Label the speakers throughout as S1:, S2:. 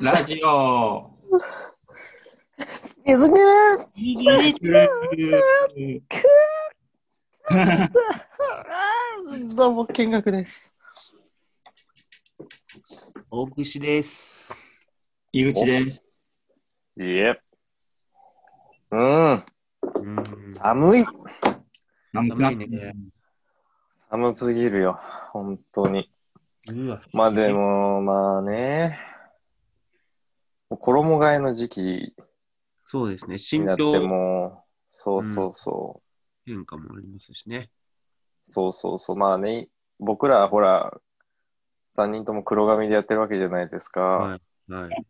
S1: ラジオ。
S2: 水着です。どうも、見学です。
S3: 大串です。
S1: 井口です。
S4: いえ。うん、寒い。
S1: なん
S3: 寒い
S1: て
S3: ね。
S4: 寒すぎるよ。本当に。
S3: うわ。
S4: まあでも、まあね。もう衣替えの時期
S3: そうですね。心
S4: になって
S3: 境
S4: も、そうそうそ
S3: 変化もありますしね。
S4: う。そうそうそう。まあね、僕らほら、3人とも黒髪でやってるわけじゃないですか。
S3: はい。はい。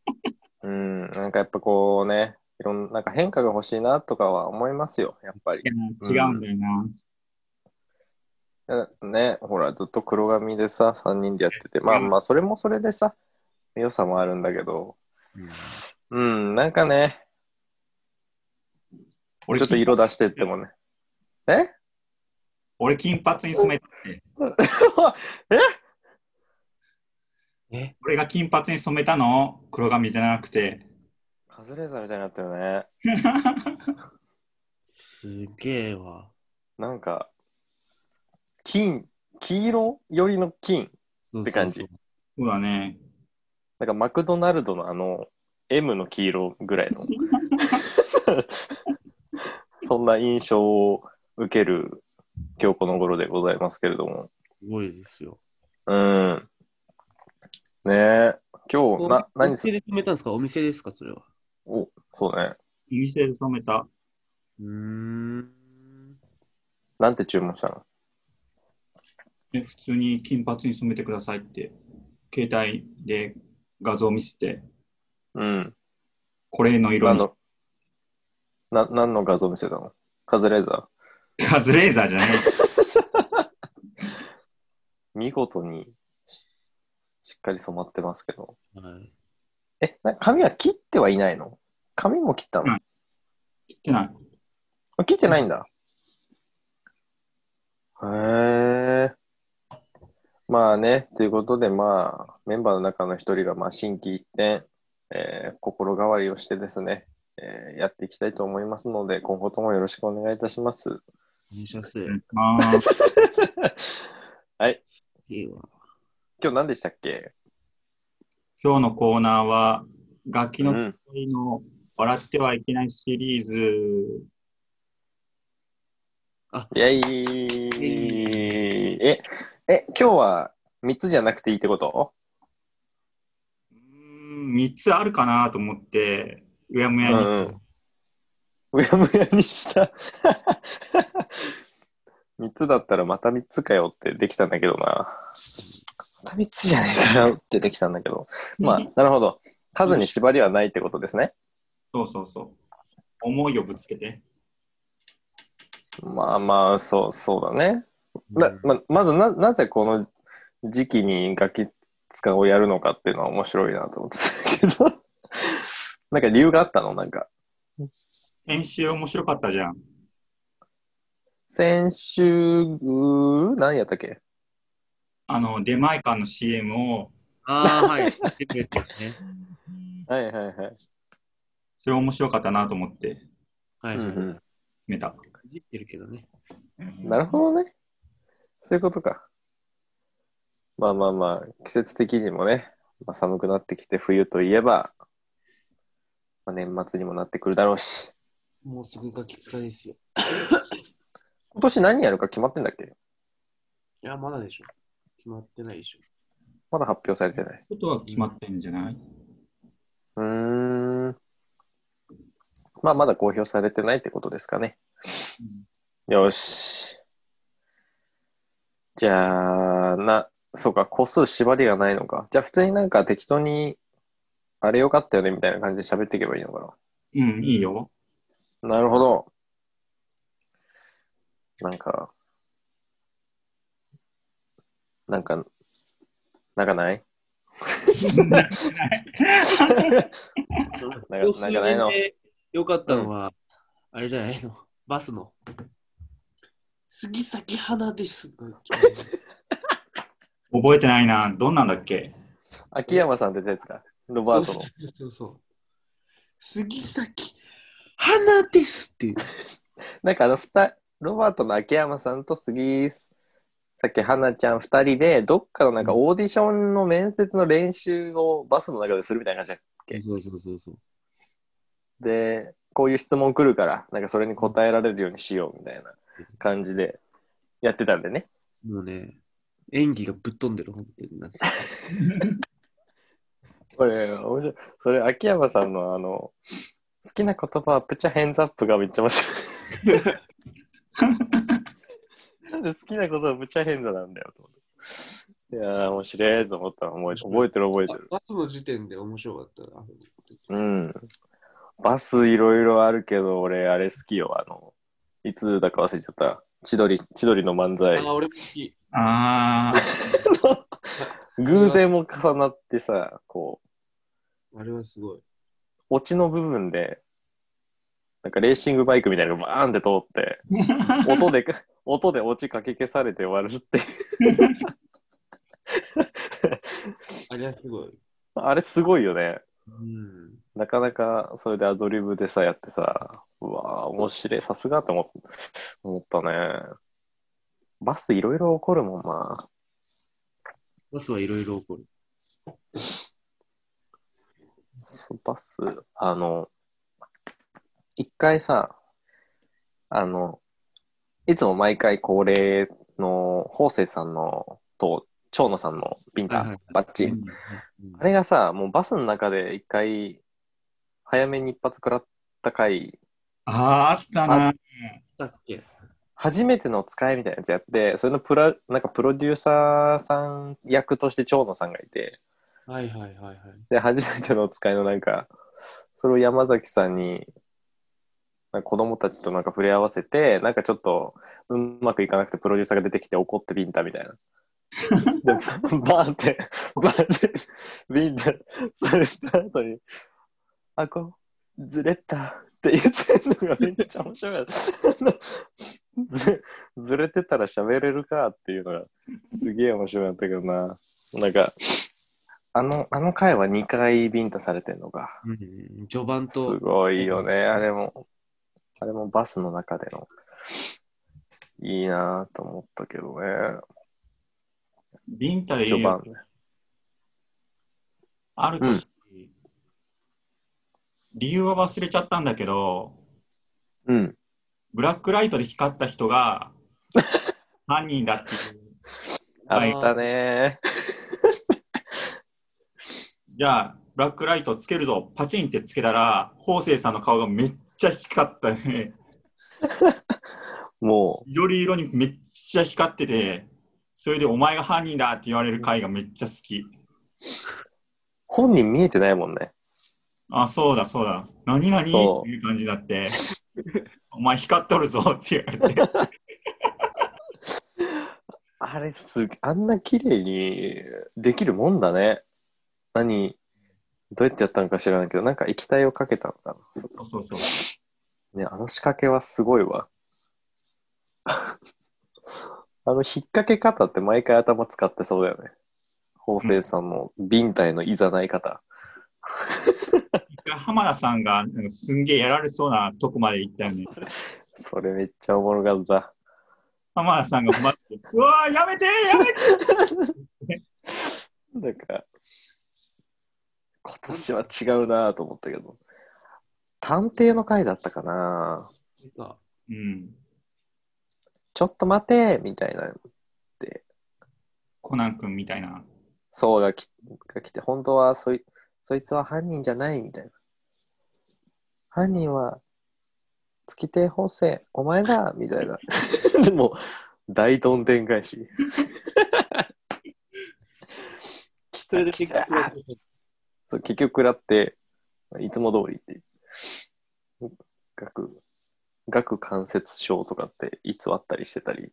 S4: うん、なんかやっぱこうね、いろんな、なんか変化が欲しいなとかは思いますよ、やっぱり。
S1: 違うんだよな。
S4: だね、ほら、ずっと黒髪でさ、3人でやってて、まあまあ、それもそれでさ、良さもあるんだけど、
S3: うん
S4: うん、なんかね、
S1: 俺
S4: ちょっと色出してってもね。え
S1: 俺金髪に染めたって。
S3: え
S1: 俺が金髪に染めたの黒髪じゃなくて。
S4: カズレーザーみたいになってるね。
S3: すげえわ。
S4: なんか、金、黄色よりの金。
S3: そうそうそう
S4: って感じ。
S1: そうだね。
S4: なんかマクドナルドのあの、M の黄色ぐらいの。そんな印象を受ける今日この頃でございますけれども。
S3: すごいですよ。
S4: うん。ねえ。今日、な、
S3: お
S4: 何す
S3: 店で決めたんですかお店ですかそれは。
S4: お、そうね。
S1: お店で染めた。
S3: うーん。
S4: なんて注文したの
S1: え普通に金髪に染めてくださいって。携帯で画像を見せて、
S4: うん。
S1: これの色
S4: 何
S1: に。
S4: の、な、何の画像見せたのカズレーザ
S1: カズレーザーじゃない。
S4: ー。見事にし、しっかり染まってますけど。
S3: はい。
S4: え、な髪は切ってはいないの髪も切ったの、
S1: うん切ってない。
S4: あ切ってないんだ。へえ。まあね、ということで、まあ、メンバーの中の一人が、まあ、心機一転、えー心変わりをしてですね、えーやっていきたいと思いますので、今後ともよろしくお願いいたします。
S3: 入社生。
S1: あー
S3: いいわ。
S4: 今日何でしたっけ
S1: 今日のコーナーは、楽器
S4: う
S1: の
S4: ん。
S1: 恋の笑ってはいけないシリーズ。
S4: イェイ
S3: イ
S4: え、え、今日は3つじゃなくていいってこと
S1: うーん3つあるかなと思って、うやむやに。
S4: うんうんうやむやにした。3つだったらまた3つかよってできたんだけどな。また3つじゃねえかよってできたんだけど。まあ、なるほど。数に縛りはないってことですね。
S1: そうそうそう。思いをぶつけて。
S4: まあまあ、そう、そうだね。な
S3: うん
S4: ままずな、なぜこの時期にガキ使をやるのかっていうのは面白いなと思ってたけど。 なんか理由があったのなんか。
S1: 先週面白かったじゃん。
S4: 先週、うー何やったっけ
S1: あの、出前館の CM を、
S3: ああ、はい。セクレットですね。
S4: はいはいはい。
S1: それ面白かったなと思って、
S3: はい。
S4: う
S3: い
S4: ん
S3: じ、
S4: うん
S1: 見た。
S3: ってるけどね。
S4: なるほどね。そういうことか。まあまあまあ、季節的にもね、まあ、寒くなってきて、冬といえば、まあ、年末にもなってくるだろうし、
S3: もうすぐガキ使いですよ。
S4: 今年何やるか決まってんだっけ
S3: いや、まだでしょ。決まってないでしょ。
S4: まだ発表されてない。
S1: ことは決まってんじゃない、
S4: うーん。まあ、まだ公表されてないってことですかね。よし。じゃあ、な、そうか、個数縛りがないのか。じゃあ、普通になんか適当に、あれよかったよねみたいな感じで喋っていけばいいのかな。
S1: うん、いい よ。
S4: なるほど。なんか、なんか、なんかないなんかなんかないの
S3: よかったのは、あれじゃないの、バスの。杉咲花です。
S1: 覚えてないな。どんなんだっけ
S4: 秋山さんってやつか。ロバート
S3: そ
S4: の
S3: う。そうそうそう。杉咲花ですっていう。
S4: なんかあのふた、ロバートの秋山さんと杉咲花ちゃん2人で、どっかのなんかオーディションの面接の練習をバスの中でするみたいな感じだっけ
S3: そうそうそうそう。
S4: で、こういう質問来るから、なんかそれに答えられるようにしようみたいな感じでやってたんでね。
S3: もうね、演技がぶっ飛んでる、本当に。なんか
S4: これ、面白い。それ、秋山さんのあの、好きな言葉はプチャヘンズアップがめっちゃ面白い。 なんで好きな言葉はプチャヘンザなんだよと思って。いやー、面白いと思ったの覚え覚えてる覚えてる。
S3: バスの時点で面白かったな。
S4: うん。バスいろいろあるけど、俺、あれ好きよ。あの、いつだか忘れちゃった。千鳥、千鳥の漫才。
S3: あ、俺も好き。
S1: ああ、
S4: 偶然も重なってさ、こう、
S3: あれはすごい。
S4: オチの部分で、なんかレーシングバイクみたいなのがバーンって通って、音で、音でオチかき消されて終わるっていう。
S3: あれはすごい。
S4: あれすごいよね。
S3: うん。
S4: なかなかそれでアドリブでさ、やってさ、うわぁ、面白い、さすがって思っ思ったね。バスいろいろ起こるもんな。
S3: バスはいろいろ起こる。
S4: そうバス、あの、一回さ、あの、いつも毎回恒例の、法政さんのと、蝶野さんのビンタ、
S3: はいはい
S4: バッチ。
S3: うん
S4: あれがさ、もうバスの中で一回、早めに一発食らった回、
S1: あーあったな。
S3: だっけ
S4: 初めてのお使いみたいなやつやって、それのプラ、なんかプロデューサーさん役として蝶野さんがいて、
S3: はいはいはいはい。
S4: で、初めてのお使いのなんか、それを山崎さんに、なんか子供たちとなんか触れ合わせて、なんかちょっとうまくいかなくてプロデューサーが出てきて怒ってビンタみたいな。で、 バーンって、バーンって、ビンタされた後に、あ、こう、ずれたって言ってんのがめっちゃ面白かった。あの ずずれてたら喋れるかっていうのがすげえ面白かったけどな。なんか、あの、あの回は2回ビンタされてんのか。
S3: うん、序盤
S4: す
S3: と、
S4: ごいよね、あれも。あれもバスの中での。いいなぁと思ったけどね。
S1: ビンタで言
S4: 序
S1: えば
S4: 盤ね。
S1: あるとし、理由は忘れちゃったんだけど、
S4: うん。
S1: ブラックライトで光った人が犯人だっていう。
S4: あったね
S1: じゃあ、ブラックライトつけるぞ、パチンってつけたら、方正さんの顔がめっちゃ光ったね。
S4: も
S1: 緑色にめっちゃ光ってて、それでお前が犯人だって言われる回がめっちゃ好き。
S4: う、本人見えてないもんね。
S1: あ、そうだそうだ。何々
S4: そう
S1: っていう感じになって、お前光っとるぞって言わ れて。
S4: あれす、あんな綺麗にできるもんだね。何、どうやってやったのか知らないけど、なんか液体をかけたのかな。そ
S1: そうそうそう。
S4: ね、あの仕掛けはすごいわ。 あの引っ掛け方って毎回頭使ってそうだよね。法政さんのビンタへのいざない方。
S1: 一回浜田さんがなんかすんげえやられそうなとこまで行ったよね。
S4: それめっちゃおもろかった。
S1: 浜田さんが待って、うわーやめてやめて
S4: なんか、今年は違うなぁと思ったけど。探偵の回だったかな
S3: さ
S1: うん。
S4: ちょっと待てみたいな。
S1: コナン君みたいな。
S4: そうがきが来て、本当はそいそいつは犯人じゃないみたいな。犯人は月亭法制、お前だみたいな。 でも、大どんでん返 し。き
S3: それで
S4: き
S3: 結
S4: た
S3: 局は
S4: そう結局食らって、いつも通りって。顎、顎関節症とかって偽ったりしてたり。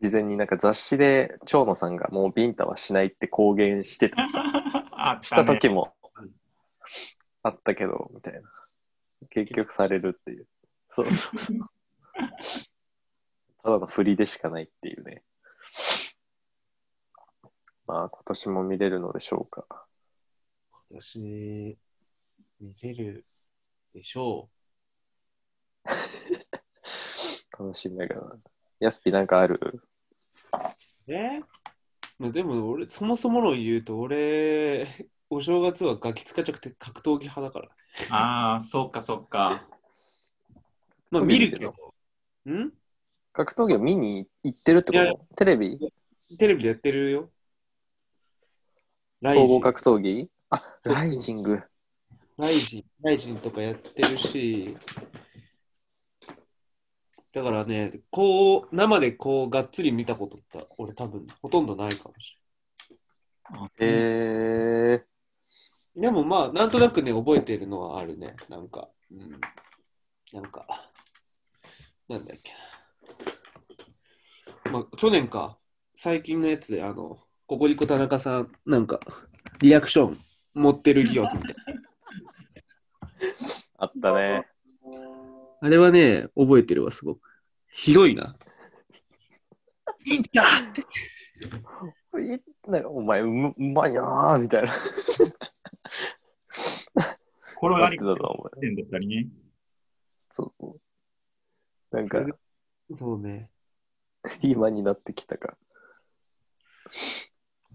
S4: 事前になんか雑誌で蝶野さんがもうビンタはしないって公言してたさ、
S1: あっ
S4: したた
S1: ね、
S4: 時もあったけど、みたいな。結局されるっていう。そうそう そう。ただの振りでしかないっていうね。まあ、今年も見れるのでしょうか。
S3: 今年、見れるでしょ
S4: 楽しみだから。ヤスピなんかある
S3: う。えまあでも俺、そもそもの言うと、俺、お正月はガキ使っちゃくて格闘技派だから。
S1: ああ、そっかそっか。
S3: まあ見るけど
S4: 格。
S3: ん
S4: 格闘技を見に行ってるってこ
S3: いや
S4: とテレビ
S3: テレビでやってるよ。ライジ
S4: 総
S3: ン
S4: 合格闘技あ、
S3: そう
S4: ライジング。
S3: ライジン、ライジンとかやってるし、だからね、こう、生でこう、がっつり見たことって、俺多分、ほとんどないかもし
S4: えー、
S3: れない。でもまあ、なんとなくね、覚えてるのはあるね。なんか、うん。なんか、なんだっけな。まあ、去年か、最近のやつで、あの、ココリコ田中さん、なんか、リアクション持ってる疑惑みたいな。
S4: あったね。
S3: あれはね、覚えてるわ、すごく。ひどいな。いいんだ
S4: いなんかお前うむうまいなーみたいな。
S1: 転がり
S4: だな、お前。
S1: 点だったりね。
S4: そうそう。なんか、
S3: そうね。
S4: 今になってきたか。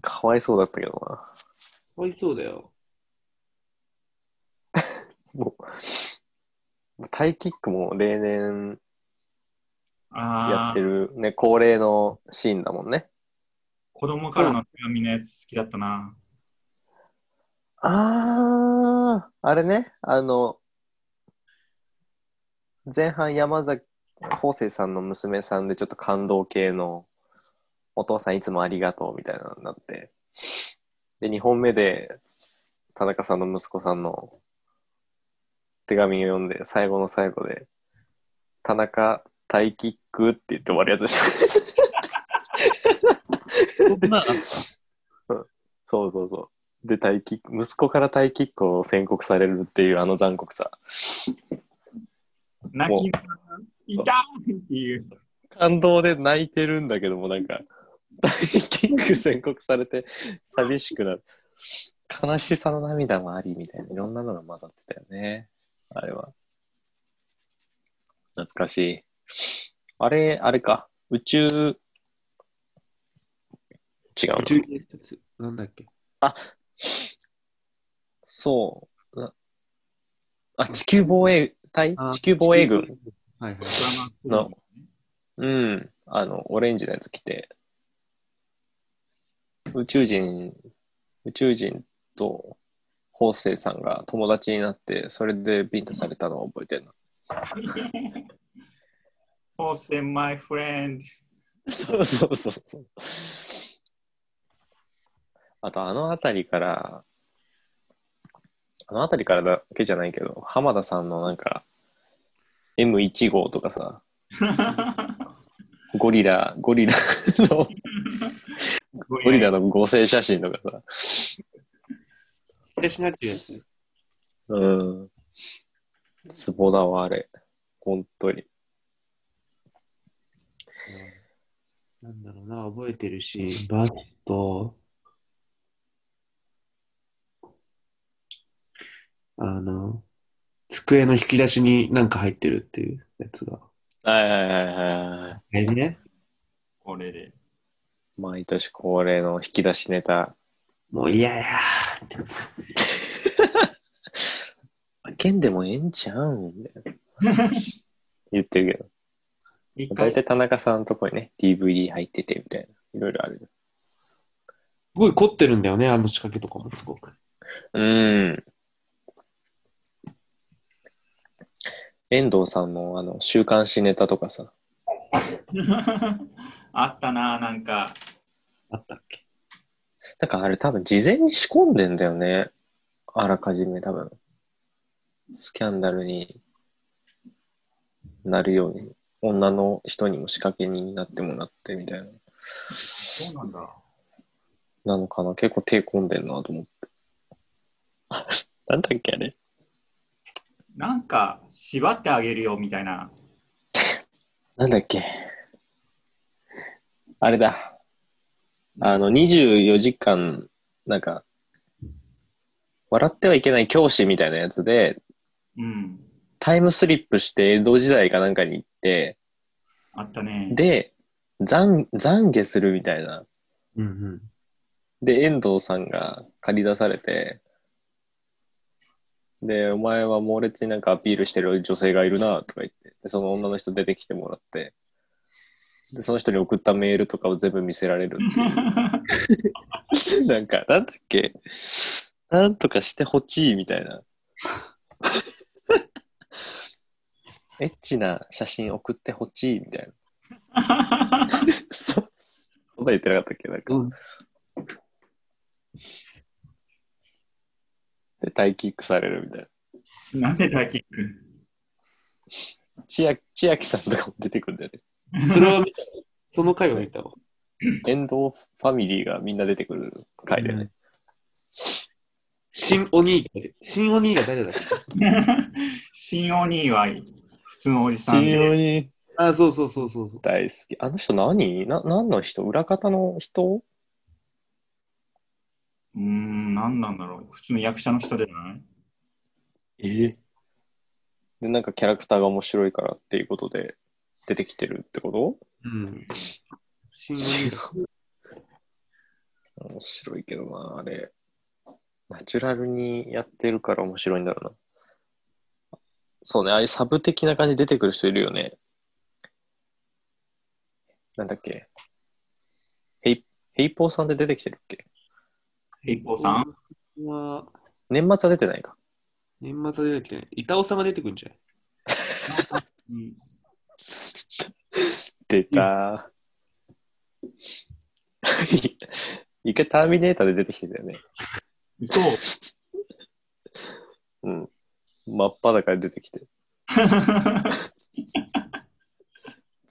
S4: かわいそうだったけどな。
S3: かわいそうだよ。
S4: もう、タイキックも例年や
S1: あ
S4: って
S1: あ、
S4: る、ね、恒例のシーンだもんね。
S1: 子供からの手紙のやつ好きだったな。
S4: あー、あれね、あの、前半山崎邦生さんの娘さんでちょっと感動系のお父さんいつもありがとうみたいなのになって、で、2本目で田中さんの息子さんの手紙を読んで、最後の最後で、田中タイキックって言って終わるやつでした。 そうそうそう。で、タイキック、息子からタイキックを宣告されるっていうあの残酷さ。
S1: 泣きながら、いたーっていう。
S4: 感動で泣いてるんだけども、なんか、大キック宣告されて、寂しくなる。悲しさの涙もありみたいな、いろんなのが混ざってたよね。あれは。懐かしい。あれ、あれか。宇宙、違うな
S3: 宇宙系のやつ。なんだっけ。
S4: そう。なあ、地球防衛隊
S3: あ
S4: 地球防衛軍。。
S3: はいはい。
S1: ドラマ
S4: うん。あの、オレンジのやつ着て、宇宙人、宇宙人と、法生さんが友達になって、それでビンタされたのを覚えてるの。
S1: Oh, say my friend.
S4: そうそうそうそう。あと、あの辺りから、あの辺りからだけじゃないけど、浜田さんのなんか、M1 号とかさ、ゴリラ、ゴリラの、ゴリラの合成写真とかさ、
S3: 手しなっていうやつ。
S4: うん。ツボだわ、あれ。本当に。
S3: なんだろうな、覚えてるし、バット、あの、机の引き出しになんか入ってるっていうやつが。
S4: はいはいはいはい。
S3: えね。
S1: これで。
S4: 毎年恒例の引き出しネタ。
S3: もう嫌やーって。
S4: 開けんでもええんちゃうんみたいな。言ってる
S1: 一
S4: けど。
S1: 回、
S4: 大体田中さんのとこにね、DVD 入っててみたいな。いろいろある。
S3: すごい凝ってるんだよね、あの仕掛けとかもすごく。
S4: うん。遠藤さんのあの週刊誌ネタとかさ。
S1: あったな、なんか。
S3: あったっけ
S4: なんかあれ多分事前に仕込んでんだよね。あらかじめ多分。スキャンダルになるように。女の人にも仕掛けになってもらってみたいな。
S1: そうなんだ。
S4: なのかな結構手込んでんなと思って。 なんだっけあれ
S1: なんか、縛ってあげるよみたいな。
S4: なんだっけあれだ。あの、24時間、なんか、笑ってはいけない教師みたいなやつで、
S1: うん。
S4: タイムスリップして江戸時代かなんかに行って、
S1: あったね。
S4: で、懺懺悔するみたいな。
S3: うんうん。
S4: で、遠藤さんが借り出されて、で、お前は猛烈になんかアピールしてる女性がいるなとか言って、でその女の人出てきてもらって、で、その人に送ったメールとかを全部見せられるっていう。 なんか、なんだっけ、なんとかしてほしいみたいな。 エッチな写真送ってほしいみたいな。 そそんな言ってなかったっけなんか。
S3: うん
S4: で、タイキックされるみたい
S1: なんで大キック
S4: な。千秋千秋さんとかも出てくるんだよね。
S3: それは見たその回は見たわ。
S4: エンドファミリーがみんな出てくる回だよね。
S3: 新お兄って、新お兄が誰だっけ
S1: 新お兄は普通のおじさん
S4: 非常
S1: で、
S4: に
S3: あ、そうそうそうそうそう。
S4: 大好き。あの人何な何の人裏方の人
S1: うーん、なんなんだろう。普通の役者の人じゃない
S4: えで、なんかキャラクターが面白いからっていうことで出てきてるってこ
S3: うん。新お兄が
S4: と面白いけどな、あれ。ナチュラルにやってるから面白いんだろうな。そうね、ああいうサブ的な感じで出てくる人いるよね。なんだっけ。ヘイ、ヘイポーさんって出てきてるっけ
S1: ヘイポーさん
S3: は
S4: 年末は出てないか。
S3: 年末は出てきてない、板尾さんが出てくるんじゃない
S1: うん
S4: 出たー。 一回ターミネーターで出てきてたよね。
S1: そう。
S4: うん。真っ裸で出てきて。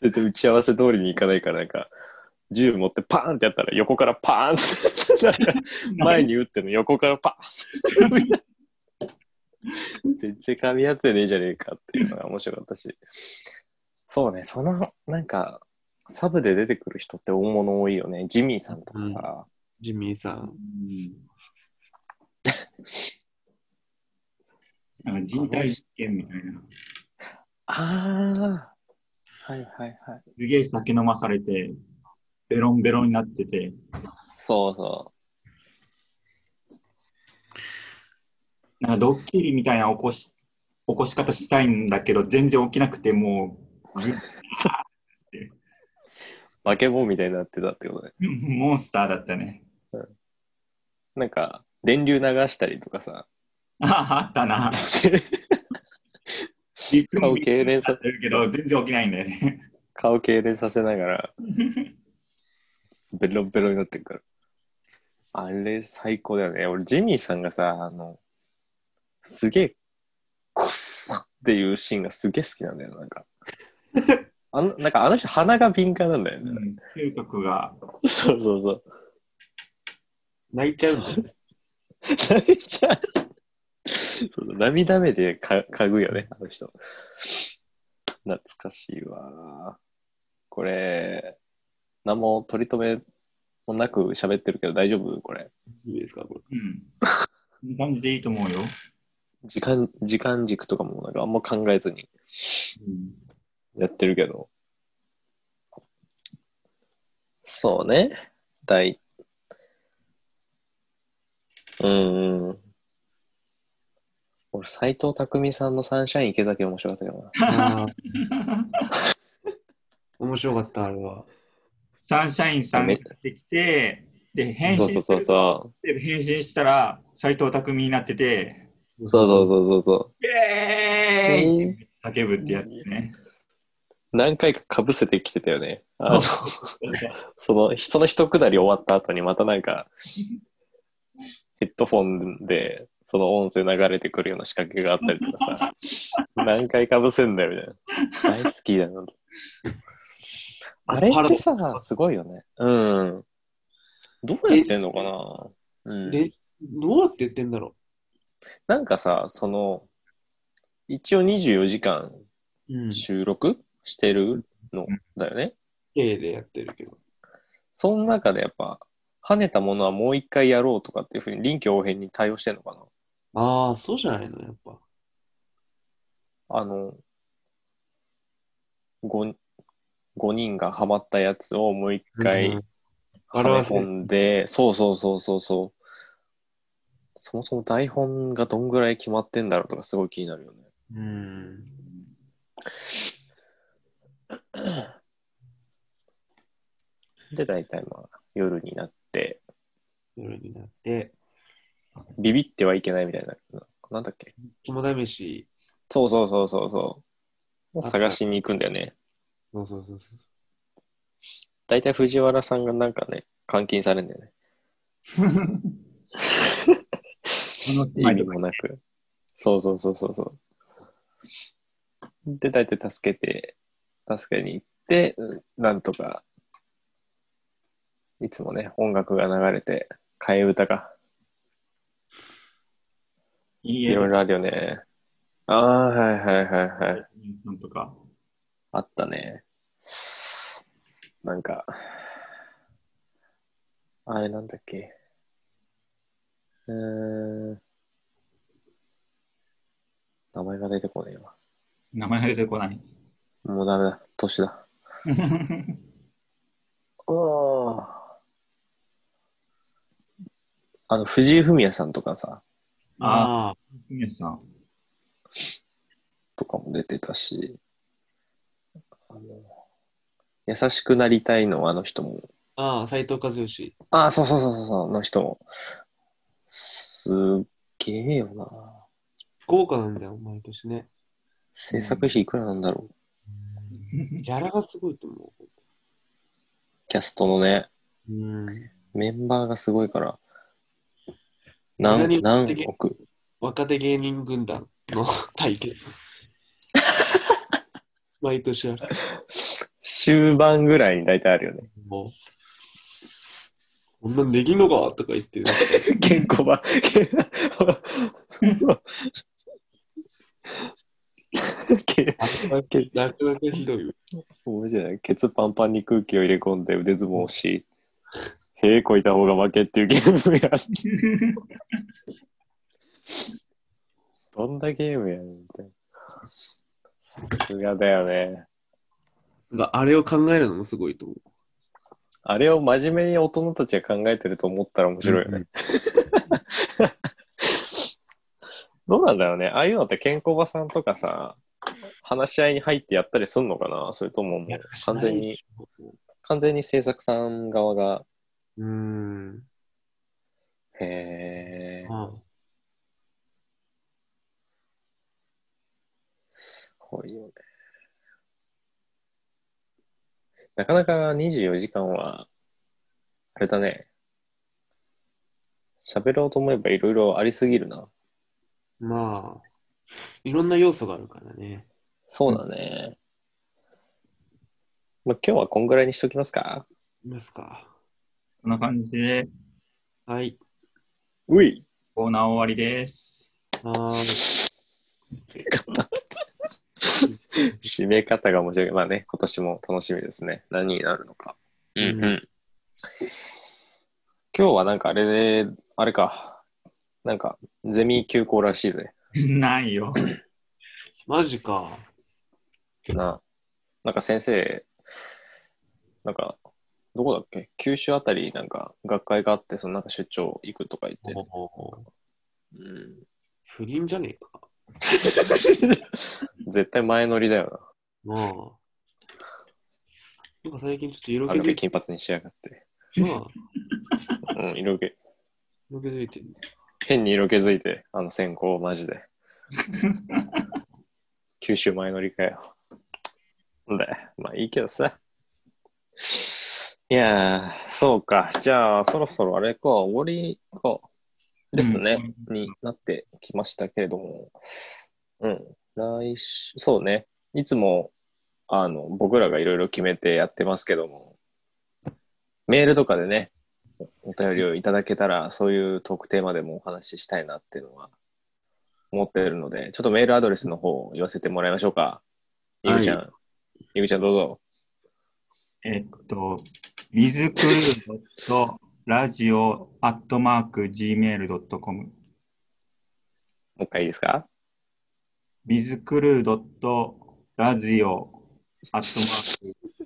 S4: 全然打ち合わせ通りにいかないから、なんか、銃持ってパーンってやったら、横からパーンって、なんか前に打ってんの横からパーンって。全然噛み合ってねえじゃねえかっていうのが面白かったし。そうね、その、なんか、サブで出てくる人って大物多いよね。ジミーさんとかさ、
S3: ジミーさん。
S1: うんなんか人体実験みたいな。
S4: ああ、はいはいはい。
S1: すげえ酒飲まされて、ベロンベロンになってて、
S4: そうそ
S1: なんかドッキリみたいな起こし起こし方したいんだけど、全然起きなくて、もうぐ、
S4: う。化け物みたいになってたってことね。
S1: モンスターだったね。
S4: なんか、電流流したりとかさ、
S1: ああったな。
S4: して顔痙攣さ
S1: てるけど、全然起きないんだよね。
S4: 顔痙攣させなが ら、ベロベロになってるから。あれ、最高だよね。俺、ジミーさんがさ、あの、すげえ、こっさっていうシーンがすげえ好きなんだよ、なん か。あのなんかあの人鼻が敏感なんだよ
S1: う
S4: ね。
S1: ん嗅覚が、
S4: そうそうそう。
S3: 泣いちゃうんだ。
S4: 泣いちゃう。そうそう涙目でか嗅ぐよね、あの人。懐かしいわ。これ、何も取り留めもなく喋ってるけど大丈夫これ。
S3: いいですか、これ。
S1: うん。こんな感じでいいと思うよ。
S4: 時間、時間軸とかもなんかあんま考えずにやってるけど。そうね。大。うんうん。俺、斎藤匠さんのサンシャイン池崎面白かったけど な。
S3: あー面白かった、あれは。
S1: サンシャインさんが
S4: め
S1: やってきて、で、変
S4: そう
S1: 身
S4: そうそう
S1: する
S4: そ
S1: で変身したら、斎藤匠になってて、
S4: う。そうそうそうそうそ
S1: イ
S4: う。
S1: エーイ叫ぶってやつね。
S4: 何回かかぶせてきてたよね。あのその、その一くだり終わった後にまたなんか、ヘッドフォンで、その音声流れてくるような仕掛けがあったりとか さ、何回かぶせんだよみたいな。大好き だな。あれってさ、すごいよね。うん。どうやってんのかなうん。
S3: で、どうやって言ってんだろ
S4: なんかさ、その、一応24時間
S3: う。うん。
S4: 収録してるのだよね。
S3: K でやってるけど。
S4: その中でやっぱ跳ねたものはもう一回やろうとかっていうふうに臨機応変に対応してんのかな
S3: ああ、そうじゃないの、やっぱ。
S4: あの、5, 5人がハマったやつをもう一
S3: う
S4: 回
S3: ん
S4: はめ込んで、そうそうそうそうそう。そもそも台本がどんぐらい決まってんだろうとかすごい気になるよね。
S3: うん。
S4: で、大体まあ夜になって、
S3: 夜になって、
S4: ビビってはいけないみたいな。なんだっけ
S3: 肝試し、
S4: そうそうそうそうそう。探しに行くんだよね。
S3: そうそうそうそう。
S4: 大体藤原さんがなんかね、監禁されるんだよね。意味もなく。そうそうそうそうそう。で、大体助けて、助けに行って、うんなんとか、いつもね、音楽が流れて、替え歌が、
S1: いい
S4: い
S1: え、
S4: ろいろあるよね。ああ、はいはいはいはい。
S1: なんとか。
S4: あったね。なんか、あれなんだっけ。うーん。名前が出てこねえわ。
S1: 名前が出てこない。
S4: もうダメだ、年だ。あの、藤井フミヤさんとかさ、
S1: あ皆さん。
S4: とかも出てたし、あの、優しくなりたいのあの人も、
S3: あ、ああ、斎藤和義。
S4: ああ、そうそうそうそうそう、あの人も、すっげえよな。
S3: 豪華なんだよ、毎年ね。
S4: 制作費いくらなんだろう、
S3: ギャラがすごいと思う。
S4: キャストのね、
S3: うん。
S4: メンバーがすごいから、何、何億
S3: 若手芸人軍団 の対決。毎年ある。
S4: 終盤ぐらいに大体あるよね。
S3: もう。こんなんできんのかとか言って、
S4: 言語はけ
S3: な
S4: け
S3: かなかひどいよ。
S4: 面白いねケツパンパンに空気を入れ込んで腕相撲をしへえこいた方が負けっていうゲームやどんなゲームやねんみたいなさすがだよね
S3: があれを考えるのもすごいと思う。
S4: あれを真面目に大人たちが考えてると思ったら面白いよね、 どうなんだろうねああいうのって健康場さんとかさ話し合いに入ってやったりすんのかなそれとももう完全に。完全に制作さん側が、
S3: うん。
S4: へー、
S3: ああ
S4: すごいよね。なかなか24時間は、あれだね。喋ろうと思えばいろいろありすぎるな。
S3: まあ、いろんな要素があるからね。
S4: そうだね。まあ、今日はこんぐらいにしときますか。
S3: いますか。
S1: こんな感じで
S3: はい。
S4: うい
S1: コーナー終わりです。
S3: あー
S4: 締め方が面白い。まあね、今年も楽しみですね。何になるのか。うん
S3: うん
S4: うん。今日はなんかあれで、あれか。なんか、ゼミ休校らしいぜ。
S1: ないよ。
S3: マジか。
S4: な、なんか先生、なんか、どこだっけ九州あたりなんか学会があって、そのなんか出張行くとか言って。うん。
S3: 不倫じゃねえか。
S4: 絶対前乗りだよ
S3: まあ。なんか最近ちょっと色
S4: な。
S3: 気づ
S4: 髪の毛
S3: いて
S4: 金髪にしやがって。
S3: るな。
S4: うん、色気、
S3: 色気づいてる。
S4: 変に色気づいて、あの先行、マ ジで。九州前乗りかよ。んだよまあいいけどさ。いやー、そうか。じゃあ、そろそろあれか、終わりか。ですね、になってきましたけれども。うん。来週、そうね。いつも、あの、僕らがいろいろ決めてやってますけども、メールとかでね、お便りをいただけたら、そういう特テーマでもお話ししたいなっていうのは思ってるので、ちょっとメールアドレスの方を言わせてもらいましょうか。
S3: はい
S4: ゆうちゃん、ゆうちゃんどうぞ。
S1: えっと、ウィズクルードとラジオアットマーク Gmail.com、
S4: もう一回いいですか
S1: ビズクルードットラジオアットマーク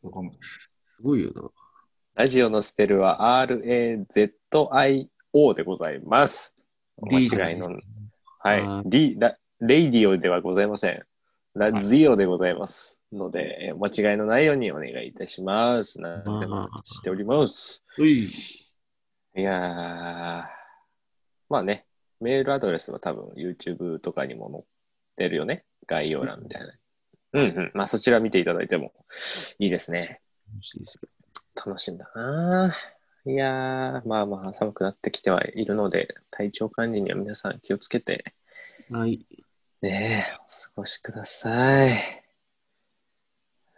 S1: Gmail.com。
S3: すごいよな。
S4: ラジオのスペルは RAZIO でございます。お間
S3: D
S4: 違いの。
S3: あ
S4: は
S3: ー
S4: い。D、ラ、レイディオではございません。ラジオでございます。ので、えお間違いのないようにお願いいたします。なんでもお待ちしております。
S3: うい。
S4: いやー、まあね、メールアドレスは多分 YouTube とかにも載ってるよね。概要欄みたいな。うんうん。まあそちら見ていただいてもいいですね。楽しみだなぁいやー、まあまあ寒くなってきてはいるので、体調管理には皆さん気をつけて、
S3: はい。
S4: ねえ、お過ごしください。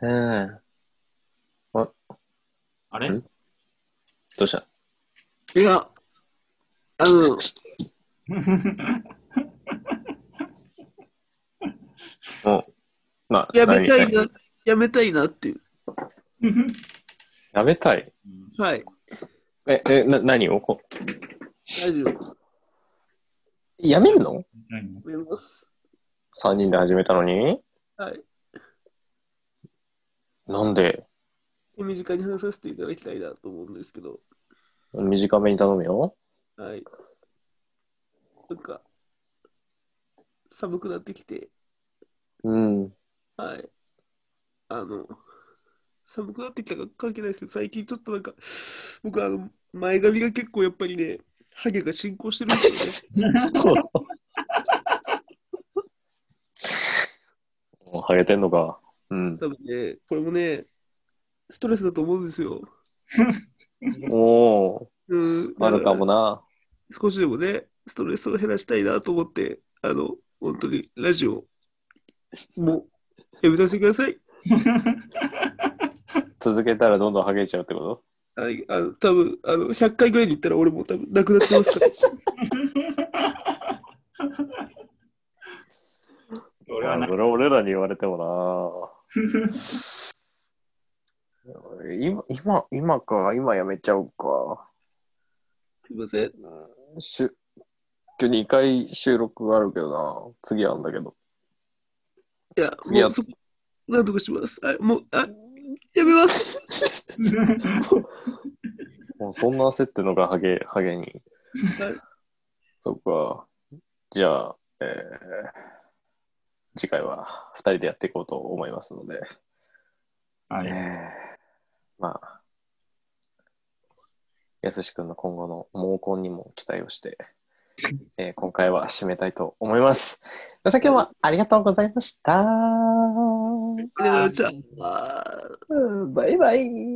S4: うん。
S1: あれ
S4: んどうした
S3: いや、あの、
S4: まあ、
S3: やめたい
S4: 何何
S3: な、やめたいなっていう。
S4: やめたい。
S3: はい。
S4: え、え、な、何をこ
S3: 大丈夫。
S4: やめるの
S3: やめます。
S4: ?3 人で始めたのに
S3: はい。
S4: なんで
S3: 身近に話させていただきたいなと思うんですけど。
S4: 短めに頼むよ。
S3: はい。なんか、寒くなってきて、
S4: うん。
S3: はい。あの、寒くなってきたか関係ないですけど、最近ちょっとなんか、僕あの、前髪が結構やっぱりね、ハゲが進行してるんですよね。
S4: もうハゲてんのか。 うん。
S3: 多分ね、これもね、ストレスだと思うんですよ。
S4: おー、
S3: うん。
S4: あるかも
S3: な。
S4: な。
S3: 少しでもね、ストレスを減らしたいなと思って、あの、本当にラジオ、もう、やめさせてください。
S4: 続けたらどんどんハゲちゃうってこ
S3: はい、あの、多分あの、100回ぐらいに行ったら俺も多分なくなってます から。
S4: と
S1: 俺はな
S4: あそれ俺らに言われてもな。 今、今、今か。今やめちゃうか。
S3: すいません。
S4: しゅ今日2回収録があるけどな。次あるんだけど。
S3: いや、
S4: 次
S3: も
S4: は
S3: うそ、なんとかします。あ、もう、あ、やめます。
S4: もうそんな焦ってんのか、ハゲ、ハゲに。
S3: はい
S4: そっか。じゃあ、えー次回は2人でやっていこうと思いますので。
S1: はい
S4: えーまあ、やすし君の今後の猛攻にも期待 をして、えー今回は締めたいと思います。皆さん今日もありがとうございました。
S3: ありがとうございました。
S4: バイバイ。